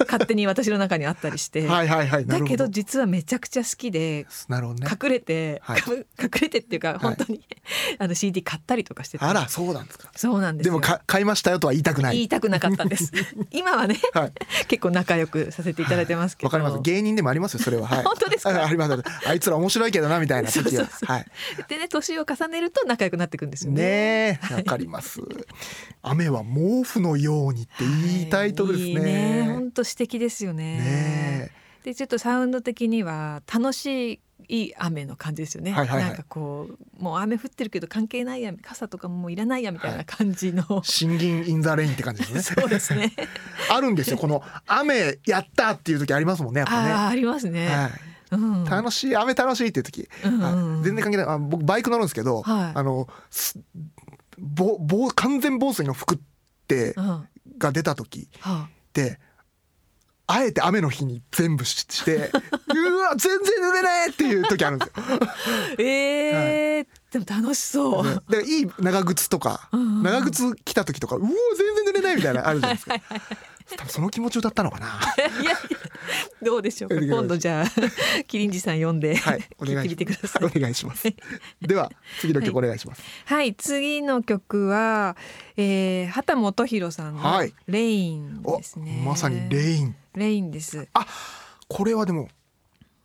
Speaker 2: 勝手に私の中にあったりして、
Speaker 1: はいはいはい。な
Speaker 2: だ
Speaker 1: るほ
Speaker 2: け
Speaker 1: ど
Speaker 2: ど。実はめちゃくちゃ好きで
Speaker 1: なるほどね。
Speaker 2: 隠れて、
Speaker 1: はい
Speaker 2: かぶ隠れてっていうか本当に、 あの CD 買ったりとかしてて
Speaker 1: あらそうなんですか。
Speaker 2: そうなんです
Speaker 1: で
Speaker 2: よ
Speaker 1: もか買いましたよとは言いたくな
Speaker 2: 言
Speaker 1: い。
Speaker 2: いたくなかったんです 今はね
Speaker 1: はい。
Speaker 2: 結構仲良くさせていただいてますけど
Speaker 1: わかります。芸人でもありますよそれは。はい。
Speaker 2: 本当ですか
Speaker 1: あありますありますあいつら面白いけどなみたいな時は。
Speaker 2: そうそうそう
Speaker 1: はい。
Speaker 2: でね年を重ねると仲良くなっていくんですよね
Speaker 1: ねえ、わかります。雨は毛布のようにっていいタイトルです
Speaker 2: いい
Speaker 1: ね。
Speaker 2: 本当素敵ですよね
Speaker 1: ね
Speaker 2: でちょっとサウンド的には楽しい雨の感じですよね、
Speaker 1: はいはいはい
Speaker 2: なんかこうもう雨降ってるけど関係ないや傘とかもういらないやみたいな感じ の、
Speaker 1: え、新銀インザレインって感じです ね。
Speaker 2: そうですね
Speaker 1: あるんですよ。この雨やったっていう時ありますもんね。やっぱ
Speaker 2: ああありますね、
Speaker 1: ね。はい。
Speaker 2: うん、
Speaker 1: 楽しい雨楽しいっていう時、
Speaker 2: うんうんうん
Speaker 1: はい全然関係ないあ僕バイク乗るんですけど、
Speaker 2: はい
Speaker 1: あのすぼぼ完全防水の服って
Speaker 2: うんは
Speaker 1: が出た時
Speaker 2: あ
Speaker 1: ってあえて雨の日に全部しして うわ全然濡れないっていう時あるんですよ。
Speaker 2: えーでも楽しそう。
Speaker 1: ねでいい長靴とか
Speaker 2: うんうんうん
Speaker 1: 長靴着た時とかうお全然濡れないみたいなのあるじゃない ですか多分その気持ちを歌ったのかな
Speaker 2: いやいやどうで しょうか。今度じゃあ キリンジさん読んで、
Speaker 1: はいお
Speaker 2: 聞い
Speaker 1: 願い
Speaker 2: てみ
Speaker 1: して
Speaker 2: ください。
Speaker 1: ます お願いし ますでは次の曲お願いします、
Speaker 2: はい次の曲は、えー、畑基博さん
Speaker 1: は
Speaker 2: の
Speaker 1: い
Speaker 2: レイン
Speaker 1: お
Speaker 2: ですね。
Speaker 1: まさにレイン
Speaker 2: レインです。
Speaker 1: あこれはでも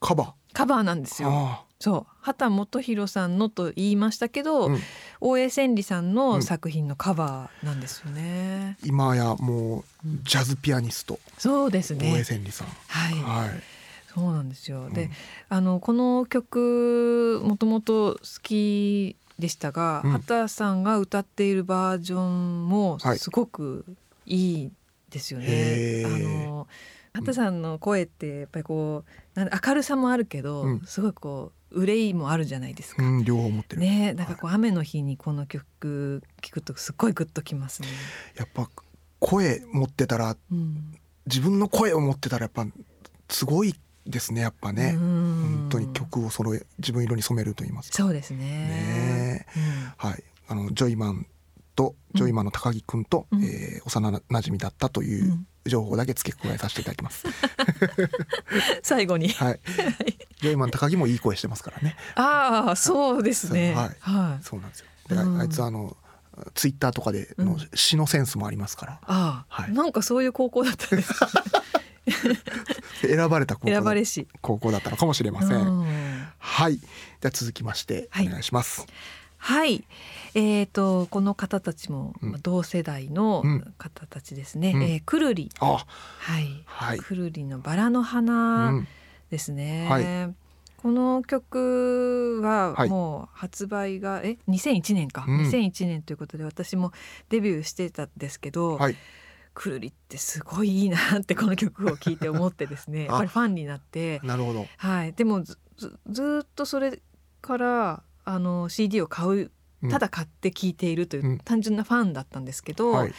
Speaker 1: カバ
Speaker 2: カバーなんです
Speaker 1: ー
Speaker 2: よ。
Speaker 1: あ
Speaker 2: そう畑基博さんのと言いましたけ
Speaker 1: あ、
Speaker 2: ど、
Speaker 1: うん、
Speaker 2: 大江千里さんの作品のカバーなんですよね。
Speaker 1: 今やもうジャズピアニスト
Speaker 2: そうです
Speaker 1: 大江
Speaker 2: ね。
Speaker 1: 千里さん、
Speaker 2: はい。
Speaker 1: はい
Speaker 2: そうなんですよ。で、
Speaker 1: うん
Speaker 2: あのこの曲もともと好きでしたが、
Speaker 1: うん
Speaker 2: 畑さんが歌っているバージョンも
Speaker 1: はい
Speaker 2: すごくいいですよね。
Speaker 1: へー
Speaker 2: あの畑さんの声ってやっぱりこうなん明るさもあるけど、
Speaker 1: うん
Speaker 2: すごいこう憂いもあるじゃないです
Speaker 1: う
Speaker 2: か。
Speaker 1: ん、両方持ってる、
Speaker 2: ね、なんかこう雨の日にこの曲聞くとすっごいグッときますね。
Speaker 1: やっぱ声持ってたら
Speaker 2: うん、
Speaker 1: 自分の声を持ってたらやっぱすごいですねやっぱね、
Speaker 2: 本
Speaker 1: 本当に。曲を揃え自分色に染めると言いますか
Speaker 2: そうですね。
Speaker 1: ねえ
Speaker 2: うん
Speaker 1: はいあのジョイマンと
Speaker 2: うん
Speaker 1: ジョイマンの高木くんと、
Speaker 2: うん
Speaker 1: えー幼な馴染みだったといううん情報だけ付け加えさせていただきます、
Speaker 2: 最後に。
Speaker 1: はいジョイマン高木もいい声してますからね
Speaker 2: ああそうですね。
Speaker 1: はい
Speaker 2: はい。
Speaker 1: そうなんですよであ
Speaker 2: うん
Speaker 1: あいつあのツイッターとかで
Speaker 2: う
Speaker 1: の
Speaker 2: ん
Speaker 1: 詩のセンスもありますから、
Speaker 2: ああ、
Speaker 1: はい
Speaker 2: なんかそういう高校だったんです。
Speaker 1: 選ばれた高校だ
Speaker 2: 選ばれし。
Speaker 1: 高校だったのかもしれません、
Speaker 2: うん
Speaker 1: はいじゃあ続きまして
Speaker 2: はい
Speaker 1: お願いします、
Speaker 2: はい、えー、とこの方たちも
Speaker 1: うん
Speaker 2: 同世代の
Speaker 1: うん
Speaker 2: 方たちですね、
Speaker 1: うん
Speaker 2: えーくるり、
Speaker 1: あ
Speaker 2: はい
Speaker 1: はい
Speaker 2: くるりのバラの
Speaker 1: う
Speaker 2: 花
Speaker 1: ん
Speaker 2: ですね、
Speaker 1: はい
Speaker 2: この曲は
Speaker 1: はい
Speaker 2: もう発売が、え2001年か、
Speaker 1: うん
Speaker 2: 2001年ということで私もデビューしてたんですけど、
Speaker 1: はい
Speaker 2: くるりってすごいいいなってこの曲を聴いて思ってです
Speaker 1: あ
Speaker 2: ねやっぱりファンになって、
Speaker 1: なるほど
Speaker 2: はい、でもずずずーっとそれからあの CD を買う
Speaker 1: うん
Speaker 2: ただ買って聴いているといううん単純なファンだったんですけど、
Speaker 1: はい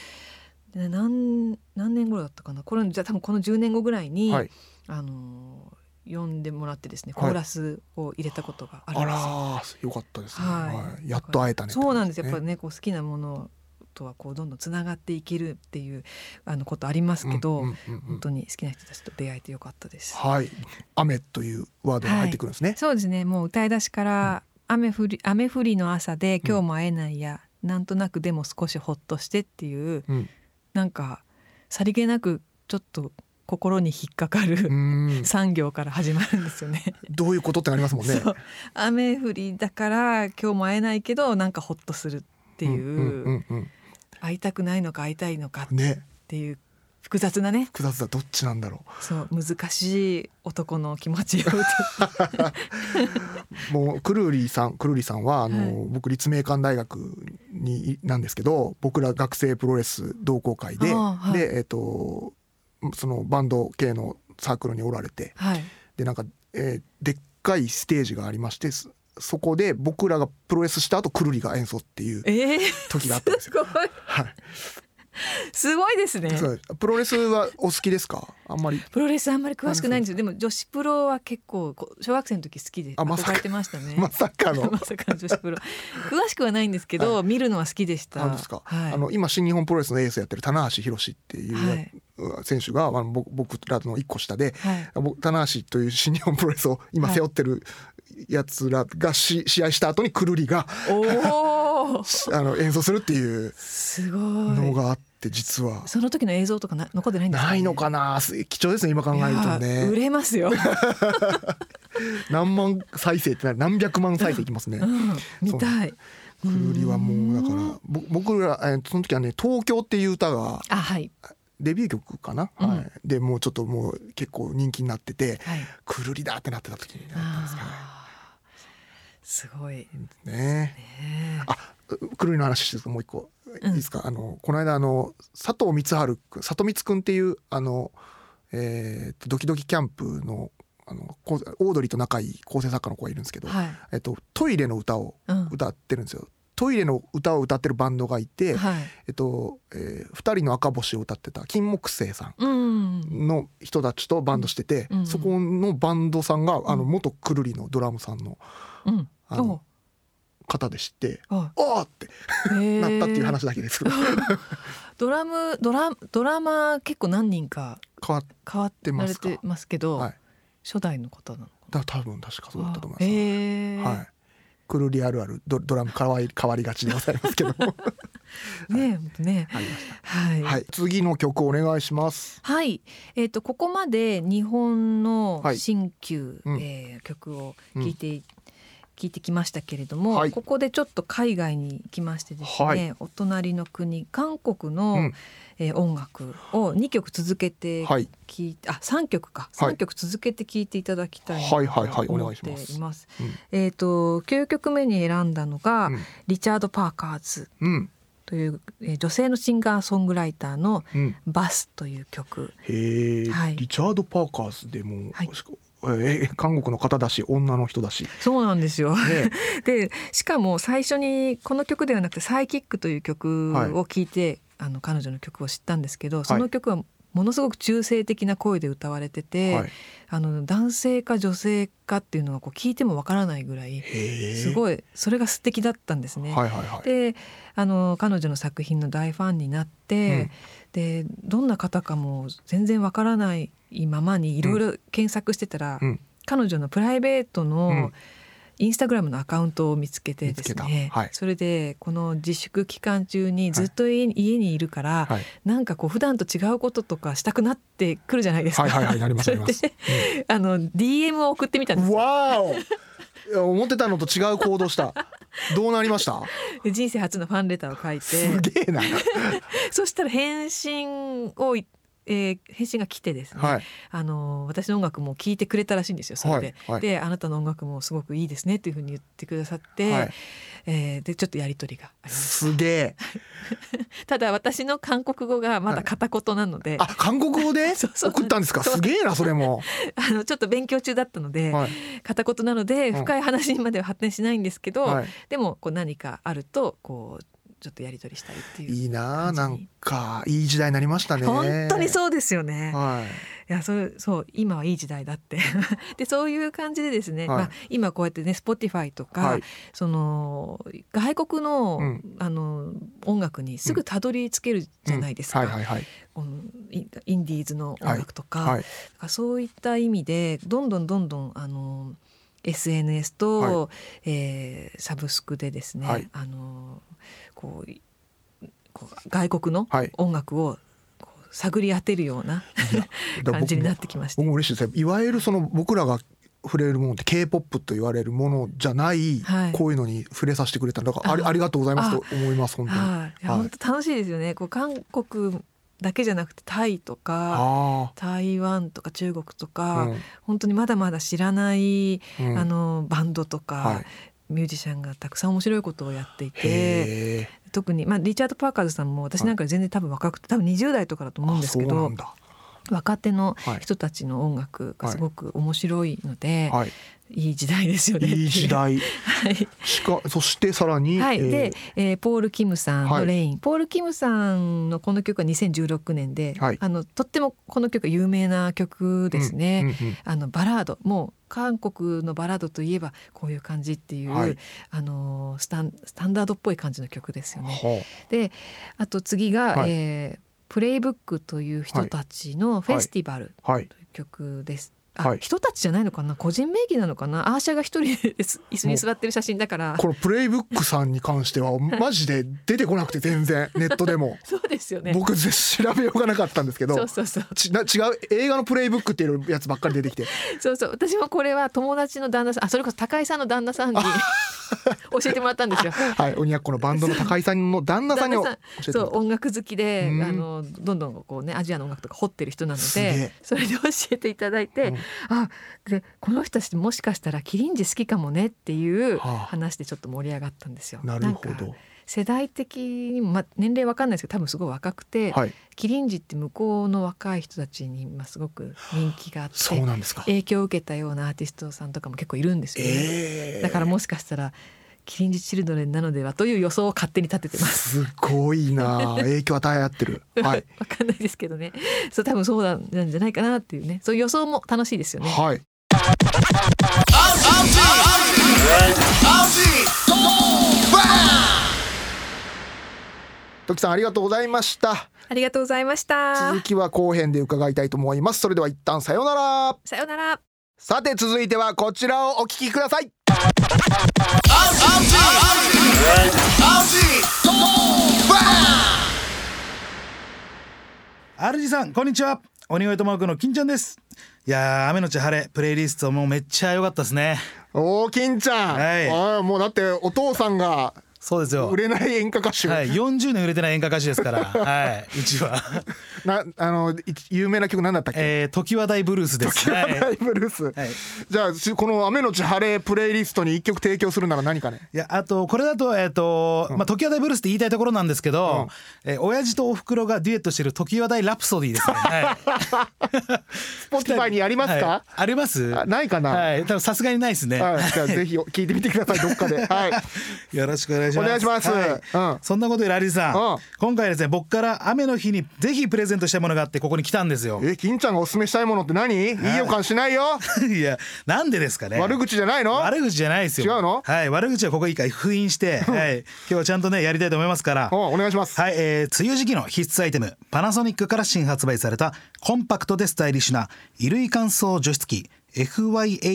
Speaker 2: で何何年頃だったかなこれじゃあ多分この10年後ぐらいに、
Speaker 1: はい
Speaker 2: あの呼んでもらってですね
Speaker 1: はい
Speaker 2: コーラスを入れたことがある
Speaker 1: あ
Speaker 2: んです
Speaker 1: らー
Speaker 2: よ。
Speaker 1: よかったですね、
Speaker 2: は、
Speaker 1: はいい、やっと会えたね
Speaker 2: そうなんです。やっぱ
Speaker 1: ね
Speaker 2: りね、こう好きなものとはこうどんどんつながっていけるっていうあのことありますけど、
Speaker 1: うんうんうんうん
Speaker 2: 本当に好きな人たちと出会えてよかったです。
Speaker 1: はい雨というワードが入ってくるんですね、
Speaker 2: そうですね。もう歌い出しから雨降り雨降りの朝で今日も会えないや、なんとなく でも少しほっとしてっていう
Speaker 1: うん
Speaker 2: なんかさりげなくちょっと心に引っかかる
Speaker 1: うん
Speaker 2: 産業から始まるんですよね。
Speaker 1: どういうことってなりますもんね
Speaker 2: そう雨降りだから今日も会えないけどなんかホッとするっていう,、
Speaker 1: んうんうんうん
Speaker 2: 会いたくないのか会いたいのかっ
Speaker 1: ね
Speaker 2: ていう複雑なね
Speaker 1: 複雑だどっちなんだろ
Speaker 2: そう難しい男の気持ちを歌って
Speaker 1: うもうくるりさんくるりさんはあの、
Speaker 2: はい
Speaker 1: 僕立命館大学にいなんですけど僕ら学生プロレス同好会で、
Speaker 2: あーはい
Speaker 1: でえっ、とそのバンド系のサークルにおられて
Speaker 2: はい
Speaker 1: でなんか、えーでっかいステージがありましてそそこで僕らがプロレスした後くるりが演奏っていう
Speaker 2: えー、
Speaker 1: 時があったんです
Speaker 2: す
Speaker 1: よ。
Speaker 2: ごい
Speaker 1: はい
Speaker 2: すごいですね
Speaker 1: そうプロレスはお好きですかあんまり
Speaker 2: プロレスあんまり詳しくないんですよでも女子プロは結構こう小学生の時好きで
Speaker 1: あまさか
Speaker 2: 憧れてましたね
Speaker 1: まさかの
Speaker 2: まさかの女子プロ詳しくはないんですけど、見るのは好きでした
Speaker 1: なんですか、
Speaker 2: はい、
Speaker 1: あの今新日本プロレスのエースやってる棚橋宏っていうや、
Speaker 2: はい
Speaker 1: 選手があの僕僕らの一個下で
Speaker 2: はい
Speaker 1: 僕棚橋という新日本プロレスを今
Speaker 2: はい
Speaker 1: 背負ってるやつらがし試合した後にくるりが
Speaker 2: おお
Speaker 1: あの演奏するっていう
Speaker 2: すごい
Speaker 1: のがあって実は
Speaker 2: その時の映像とかな残ってないんですか、
Speaker 1: ないのかなす貴重ですね今考えると
Speaker 2: いやー売
Speaker 1: ね
Speaker 2: れま すよ、
Speaker 1: 何万再生ってなる何百万再生いきますね
Speaker 2: う。ん、見たい
Speaker 1: くるりはもうだからぼ僕ら、えーその時はね「東京」っていう歌が
Speaker 2: あはい
Speaker 1: デビュー曲かな、
Speaker 2: うん
Speaker 1: はい、でもうちょっともう結構人気になってて
Speaker 2: はい
Speaker 1: 「くるりだ!」ってなってた時にね
Speaker 2: あーすごい
Speaker 1: ね
Speaker 2: ね
Speaker 1: あくるりの話してるともう一個い
Speaker 2: うん
Speaker 1: いですか、あのこの間あの佐藤光晴君佐藤光君っていうあの、えーとドキドキキャンプのあのこうオードリーと仲いい構成作家の子がいるんですけど、
Speaker 2: はい
Speaker 1: えっと、トイレの歌を
Speaker 2: うん
Speaker 1: 歌ってるんですよ。トイレの歌を歌ってるバンドがいて、
Speaker 2: はい
Speaker 1: えっと、えー二人の赤星を歌ってた金木星さん
Speaker 2: うん
Speaker 1: の人たちとバンドしてて、
Speaker 2: うん
Speaker 1: そこのバンドさんがあの
Speaker 2: うん
Speaker 1: 元くるりのドラムさんの
Speaker 2: うん
Speaker 1: あの
Speaker 2: お
Speaker 1: 方でして
Speaker 2: あ
Speaker 1: 「おー!」って
Speaker 2: へ
Speaker 1: なっ
Speaker 2: ー
Speaker 1: たっていう話だけですけ ど
Speaker 2: ドラムドラドラマー結構何人か
Speaker 1: 変わっ
Speaker 2: 変わって
Speaker 1: 出
Speaker 2: ら
Speaker 1: ま
Speaker 2: れ
Speaker 1: すか
Speaker 2: てますけど、
Speaker 1: はい
Speaker 2: 初代の方なのか
Speaker 1: た多分確かそうだったと思いま
Speaker 2: あ
Speaker 1: す。
Speaker 2: へー
Speaker 1: はいくるりあるあるドドラム変わり変わりがちでございますけども
Speaker 2: ねえほんとね
Speaker 1: ありました
Speaker 2: はい
Speaker 1: はい、次の曲お願いします
Speaker 2: はい、えー、とここまで日本の
Speaker 1: はい
Speaker 2: 新旧、
Speaker 1: うん
Speaker 2: えー曲を聞いて、聞いてきましたけれども、
Speaker 1: はい
Speaker 2: ここでちょっと海外に行きましてですね、
Speaker 1: はい
Speaker 2: お隣の国韓国の、
Speaker 1: うん
Speaker 2: えー音楽を2曲続けて
Speaker 1: はい
Speaker 2: 聞いあ3曲か
Speaker 1: はい
Speaker 2: 3曲続けて聞いていただきたいな
Speaker 1: はいはいはい
Speaker 2: と思って
Speaker 1: お願いします
Speaker 2: います
Speaker 1: うん。
Speaker 2: えっ、と9曲目に選んだのが、
Speaker 1: うん
Speaker 2: リチャード・パーカーズ
Speaker 1: うん
Speaker 2: という、えー女性のシンガーソングライターの
Speaker 1: うん
Speaker 2: 「バス」という曲。
Speaker 1: へえ、
Speaker 2: はい
Speaker 1: リチャード・パーカーズでも、
Speaker 2: はい
Speaker 1: え ー韓国の方だし女の人だし、ね
Speaker 2: そうなんですよ。
Speaker 1: え、
Speaker 2: でしかも最初にこの曲ではなくて「サイキック」という曲を聴いて、あの彼女の曲を知ったんですけどその曲はものすごく中性的な声で歌われてて、
Speaker 1: はい、
Speaker 2: あの男性か女性かっていうのがこう聞いてもわからないぐらい
Speaker 1: へえ
Speaker 2: す
Speaker 1: い
Speaker 2: ごいそれが素敵だったんですね。
Speaker 1: はいはいはい
Speaker 2: であの彼女の作品の大ファンになって、でどんな方かも全然わからないままにいろいろ検索してたら、
Speaker 1: うん
Speaker 2: 彼女のプライベート
Speaker 1: う
Speaker 2: の
Speaker 1: ん
Speaker 2: インスタグラムのアカウントを見つけてです
Speaker 1: 見つけ
Speaker 2: ね、
Speaker 1: たはい
Speaker 2: それでこの自粛期間中にずっと家に,、家にいるから、
Speaker 1: はい
Speaker 2: なんかこう普段と違うこととかしたくなってくるじゃないですか。
Speaker 1: はいはいはいなります
Speaker 2: それ
Speaker 1: なります
Speaker 2: であの DM を送ってみたんです
Speaker 1: わーおいや思ってたのと違う行動 したどうなりました
Speaker 2: で人生初のファンレターを書い
Speaker 1: す
Speaker 2: て
Speaker 1: げえな
Speaker 2: そしたら返信をい、えー返信が来てですね、
Speaker 1: はい
Speaker 2: あの私の音楽も聴いてくれたらしいんですよそれで。
Speaker 1: はいはい
Speaker 2: であなたの音楽もすごくいいですねっていうふうに言ってくださって、
Speaker 1: はい
Speaker 2: えーでちょっとやり取りがあります
Speaker 1: すげえ
Speaker 2: ただ私の韓国語がまだ片言なので、
Speaker 1: あ韓国語で
Speaker 2: そうそう
Speaker 1: 送ったんですか
Speaker 2: そう
Speaker 1: すげえなそれも
Speaker 2: あのちょっと勉強中だったので、
Speaker 1: はい
Speaker 2: 片言なので
Speaker 1: うん
Speaker 2: 深い話にまでは発展しないんですけど、
Speaker 1: はい
Speaker 2: でもこう何かあるとこうちょっとやり取りしたりっていう
Speaker 1: いいなあなんかいい時代になりましたね
Speaker 2: 本当にそうですよね。
Speaker 1: はい
Speaker 2: やそうそう今はいい時代だって でそういう感じでですね、
Speaker 1: はい
Speaker 2: まあ、今こうやってね Spotify とか、
Speaker 1: はい
Speaker 2: その外国の,、
Speaker 1: うん
Speaker 2: あの音楽にすぐたどり着けるじ
Speaker 1: い
Speaker 2: ゃないですか、
Speaker 1: うんはいはいはい
Speaker 2: このインインディーズの音楽とか,、
Speaker 1: はい
Speaker 2: そういった意味でどんどんどんどんあの SNS と、
Speaker 1: は
Speaker 2: えーサブスクでですね、
Speaker 1: はい
Speaker 2: あのこういこう外国の
Speaker 1: はい
Speaker 2: 音楽をこう探り当てるような
Speaker 1: だから
Speaker 2: 感
Speaker 1: 僕
Speaker 2: じに
Speaker 1: も
Speaker 2: なってきました
Speaker 1: 僕。も嬉しいですねいわゆるその僕らが触れるものって K-POP と言われるものじゃない、
Speaker 2: はい
Speaker 1: こういうのに触れさせてくれたんだからあり
Speaker 2: あ
Speaker 1: ありがとうございますと思います本当に。
Speaker 2: はい、いや
Speaker 1: はい
Speaker 2: 本当楽しいですよね。こう韓国だけじゃなくてタイとか
Speaker 1: あ
Speaker 2: 台湾とか中国と
Speaker 1: あ、
Speaker 2: か、
Speaker 1: うん
Speaker 2: 本当にまだまだ知らない、
Speaker 1: うん
Speaker 2: あのバンドとか、
Speaker 1: はい
Speaker 2: ミュージシャンがたくさん面白いことをやっていて。
Speaker 1: へえ
Speaker 2: 特に、まあ、リチャード・パーカーズさんも私なんかより全然多分若くて多分20代とかだと思うんですけ
Speaker 1: あそうな
Speaker 2: ど
Speaker 1: んだ、
Speaker 2: 若手の
Speaker 1: はい
Speaker 2: 人たちの音楽がすごく面白いので、
Speaker 1: はい、
Speaker 2: い、い時代ですよね。
Speaker 1: いい時代
Speaker 2: はい
Speaker 1: しかそしてさらに、
Speaker 2: はい、
Speaker 1: えー
Speaker 2: で、えーポール・キムさん
Speaker 1: は
Speaker 2: の「
Speaker 1: い
Speaker 2: レイン」ポール・キムさんのこの曲は2016年で、
Speaker 1: はい
Speaker 2: あのとってもこの曲は有名な曲ですね。
Speaker 1: うんうんうん
Speaker 2: あのバラードもう韓国のバラードといえばこういう感じっていう、
Speaker 1: はい
Speaker 2: あのースタンスタンダードっぽい感じの曲ですよね。
Speaker 1: は
Speaker 2: であと次が、
Speaker 1: はい
Speaker 2: えープレイブックという人たちのフェスティバル
Speaker 1: あはい
Speaker 2: という曲です。
Speaker 1: は
Speaker 2: あ
Speaker 1: い
Speaker 2: 人たちじゃないのかな個人名義なのかなアーシャが一人です椅子に座ってる写真だから
Speaker 1: このプレイブックさんに関 してはマジで出てこなくて全然ネットでも
Speaker 2: そうです よね
Speaker 1: 僕ぜ調べようがなかったんですけ
Speaker 2: そ
Speaker 1: ど
Speaker 2: うそうそう
Speaker 1: ちな違う映画のプレイブックっていうやつばっかり出てきて
Speaker 2: そうそう私もこれは友達の旦那さんあそれこそ高井さんの旦那さんに教えてもらったんですよ。
Speaker 1: はい、鬼奴のバンドの高井さんの旦那さんに教
Speaker 2: 旦
Speaker 1: えても
Speaker 2: そ
Speaker 1: らっ
Speaker 2: う音楽好きで
Speaker 1: うん
Speaker 2: あのどんどんこうねアジアの音楽とか掘ってる人なの
Speaker 1: すげ
Speaker 2: で
Speaker 1: え
Speaker 2: それで教えていただいて、あでこの人たちもしかしたらキリンジ好きかもねっていう
Speaker 1: はあ
Speaker 2: 話でちょっと盛り上がったんですよ。
Speaker 1: た。なるほ
Speaker 2: ん
Speaker 1: ど
Speaker 2: か。世代的にも、まあ、年齢わかんないですけど多分すごい若くて、
Speaker 1: はい、
Speaker 2: キリンジって向こうの若い人たちに今すごく人気があって
Speaker 1: そうなんですか。
Speaker 2: 影響を受けたようなアーティストさんとかも結構いるんですよね。
Speaker 1: ええ
Speaker 2: だからもしかしたらキリンジチルドレンなのではという予想を勝手に立ててます。
Speaker 1: すごい なあ、影響与え合ってる。はい、
Speaker 2: わかんないですけどね。そう多分そうなんじゃないかなっていうね。そういう予想も楽しいですよね。
Speaker 1: はい。時さんありがとうございました。
Speaker 2: ありがとうございました
Speaker 1: 続。きは後編で伺いたいと思います。それでは一旦さようなら。
Speaker 2: さようなら。
Speaker 1: さて続いてはこちらをお聞きください
Speaker 3: アルジさんこんにちは鬼越トマホークの金ちゃんですいやー雨のち晴れプレイリストもうめっちゃ良かったですね
Speaker 1: おー金ちゃん、
Speaker 3: はい
Speaker 1: あーもうだってお父さんが
Speaker 3: そうですよ
Speaker 1: 売れない演歌歌手、
Speaker 3: はい、40年売れてない演歌歌手ですから、はい、うちは、
Speaker 1: なあのい有名な曲なんだったっけ、
Speaker 3: えー、時話題ブルースです。
Speaker 1: キャ
Speaker 3: はい、
Speaker 1: ラバイブルース、
Speaker 3: い
Speaker 1: じゃあしこの「雨のち晴れ」プレイリストに一曲提供するなら何かね
Speaker 3: いやあとこれだとえっ、と、まあ時話題ブルースって言いたいところなんですけど、えー親父とお袋がデュエットしてる時話題ラプソディですね。 はい
Speaker 1: Spotify にありますか、
Speaker 3: はいあります？
Speaker 1: あないかな
Speaker 3: はい、多分さすがにないですね。
Speaker 1: はい、じゃあぜひ聞いてみてくださいどっか ではい
Speaker 3: よろしくお願いします。
Speaker 1: お願いします
Speaker 3: はい
Speaker 1: うん
Speaker 3: そんなことよりアリスさん、
Speaker 1: うん
Speaker 3: 今回はですね僕から雨の日にぜひプレゼントしたいものがあってここに来たんですよ。
Speaker 1: え金ちゃんがおすすめしたいものって何いい予感しないよ
Speaker 3: いやなんでですかね。
Speaker 1: 悪口じゃないの
Speaker 3: 悪口じゃないですよ。
Speaker 1: 違うの
Speaker 3: はい、悪口はここいいから封印して、はい、今日はちゃんとねやりたいと思いますから。
Speaker 1: おお願いします、
Speaker 3: はい、えー、梅雨時期の必須アイテムパナソニックから新発売されたコンパクトでスタイリッシュな衣類乾燥除湿機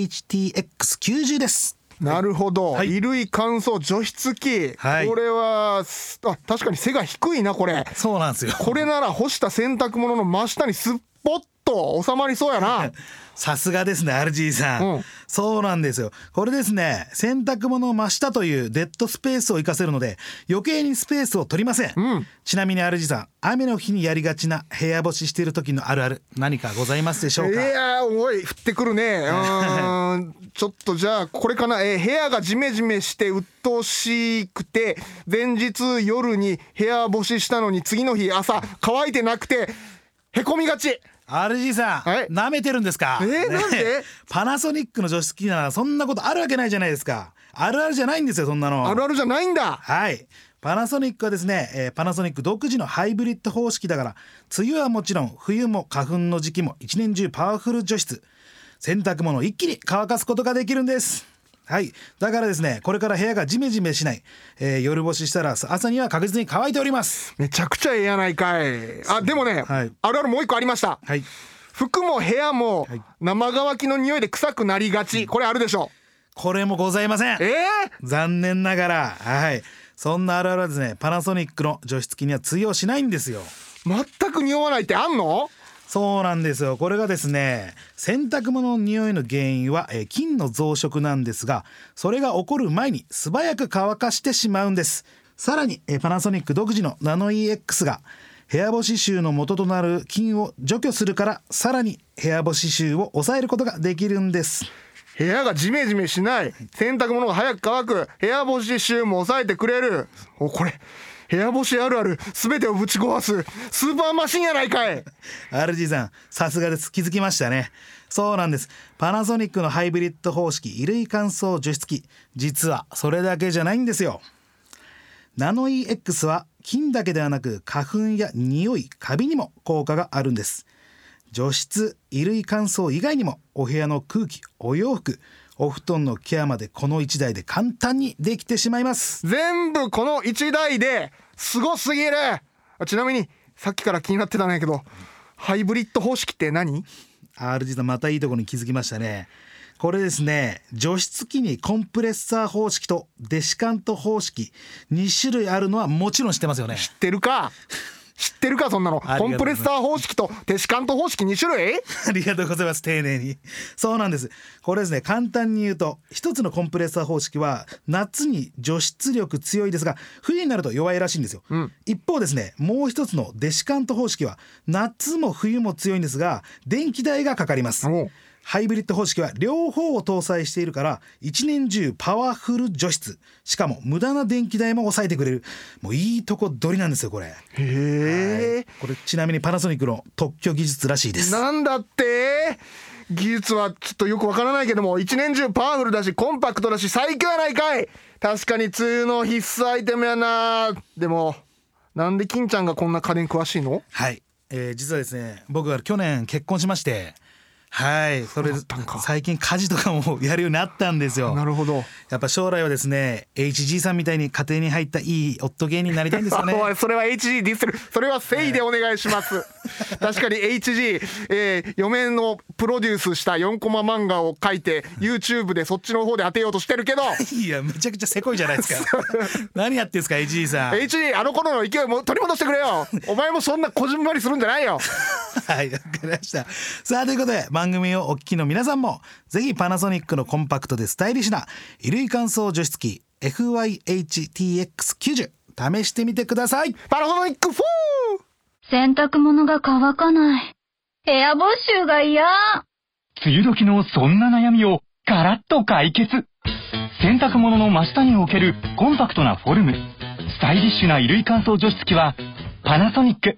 Speaker 3: FYHTX90 です
Speaker 1: なるほど、
Speaker 3: はい
Speaker 1: 衣類乾燥除湿機、
Speaker 3: はい
Speaker 1: これはすあ確かに背が低いなこれ
Speaker 3: そうなんですよ
Speaker 1: これなら干した洗濯物の真下にすっぽっと収まりそうやな
Speaker 3: さすがですね RG さん、
Speaker 1: うん
Speaker 3: そうなんですよこれですね洗濯物を真下というデッドスペースを活かせるので余計にスペースを取りません、
Speaker 1: うん
Speaker 3: ちなみに RG さん雨の日にやりがちな部屋干ししている時のあるある何かございますでしょう
Speaker 1: い
Speaker 3: か
Speaker 1: やーおい降ってくる ねうーんちょっとじゃあこれかな、えー部屋がジメジメして鬱陶しくて前日夜に部屋干ししたのに次の日朝乾いてなくてへこみがち
Speaker 3: RG さん、
Speaker 1: はい
Speaker 3: 舐めてるんですか
Speaker 1: えー
Speaker 3: ね
Speaker 1: なんで
Speaker 3: パナソニックの除湿機ならそんなことあるわけないじゃないですかあるあるじゃないんですよそんなの
Speaker 1: あるあるじゃないんだ
Speaker 3: はいパナソニックはですね、えーパナソニック独自のハイブリッド方式だから梅雨はもちろん冬も花粉の時期も一年中パワフル除湿洗濯物を一気に乾かすことができるんですはいだからですねこれから部屋がジメジメしない、えー夜干ししたら朝には確実に乾いております
Speaker 1: めちゃくちゃええやないかいあでもね、
Speaker 3: はい
Speaker 1: あるあるもう一個ありました、
Speaker 3: はい
Speaker 1: 服も部屋も
Speaker 3: はい
Speaker 1: 生乾きの匂いで臭くなりがちこれあるでしょ
Speaker 3: これもございません
Speaker 1: ええ
Speaker 3: 残念ながらはいそんなあるあるはですねパナソニックの除湿機には通用しないんですよ
Speaker 1: 全く匂わないってあんの
Speaker 3: そうなんですよこれがですね洗濯物の匂いの原因は、えー菌の増殖なんですがそれが起こる前に素早く乾かしてしまうんですさらに、えーパナソニック独自のナノ EX が部屋干し臭の元となる菌を除去するからさらに部屋干し臭を抑えることができるんです
Speaker 1: 部屋がジメジメしない洗濯物が早く乾く部屋干し臭も抑えてくれるおこれ部屋干しあるある全てをぶち壊すスーパーマシンやないかい
Speaker 3: RG さんさすがです気づきましたねそうなんですパナソニックのハイブリッド方式衣類乾燥除湿機実はそれだけじゃないんですよナノイー X は菌だけではなく花粉や匂いカビにも効果があるんです除湿衣類乾燥以外にもお部屋の空気お洋服お布団のケアまでこの1台で簡単にできてしまいます
Speaker 1: 全部この1台ですごすぎるあちなみにさっきから気になってたんやけどハイブリッド方式って何
Speaker 3: RG さんまたいいとこに気づきましたねこれですね除湿機にコンプレッサー方式とデシカント方式2種類あるのはもちろん知ってますよね
Speaker 1: 知ってるか知ってるかそんなの
Speaker 3: ありがとう
Speaker 1: コンプレッサー方式とテシカント方式2種類
Speaker 3: ありがとうございます丁寧にそうなんですこれですね簡単に言うと一つのコンプレッサー方式は夏に除湿力強いですが冬になると弱いらしいんですよ、一方ですねもう一つのデシカント方式は夏も冬も強いんですが電気代がかかります
Speaker 1: おう
Speaker 3: ハイブリッド方式は両方を搭載しているから一年中パワフル除湿しかも無駄な電気代も抑えてくれるもういいとこ取りなんですよこれ
Speaker 1: へえ
Speaker 3: これちなみにパナソニックの特許技術らしいです
Speaker 1: なんだって技術はちょっとよくわからないけども一年中パワフルだしコンパクトだし最強やないかい確かに梅雨の必須アイテムやなでもなんで金ちゃんがこんな家電詳しいの
Speaker 3: はい、えー実はですね僕は去年結婚しましてはいそれ
Speaker 1: そうだったんか
Speaker 3: 最近家事とかもやるようになったんですよ
Speaker 1: なるほど
Speaker 3: やっぱ将来はですね HG さんみたいに家庭に入ったいい夫芸人になりたいんですよね
Speaker 1: おいそれは HG ディスるそれは誠意でお願いします、 確かに HG、えー、嫁のプロデュースした4コマ漫画を書いて YouTube でそっちの方で当てようとしてるけど
Speaker 3: いやめちゃくちゃせこいじゃない ですか何やってんですか HG さん
Speaker 1: HG あの頃の勢いも取り戻してくれよお前もそんなこじんまりするんじゃないよ
Speaker 3: はい、わかりました。さあ、ということで、番組をお聞きの皆さんも、ぜひパナソニックのコンパクトでスタイリッシュな衣類乾燥除湿機 FYHTX90 試してみてください。
Speaker 1: パナソニック 4!
Speaker 4: 洗濯物が乾かない。部屋干し臭が嫌。
Speaker 5: 梅雨時のそんな悩みをガラッと解決洗濯物の真下に置けるコンパクトなフォルムスタイリッシュな衣類乾燥除湿機はパナソニック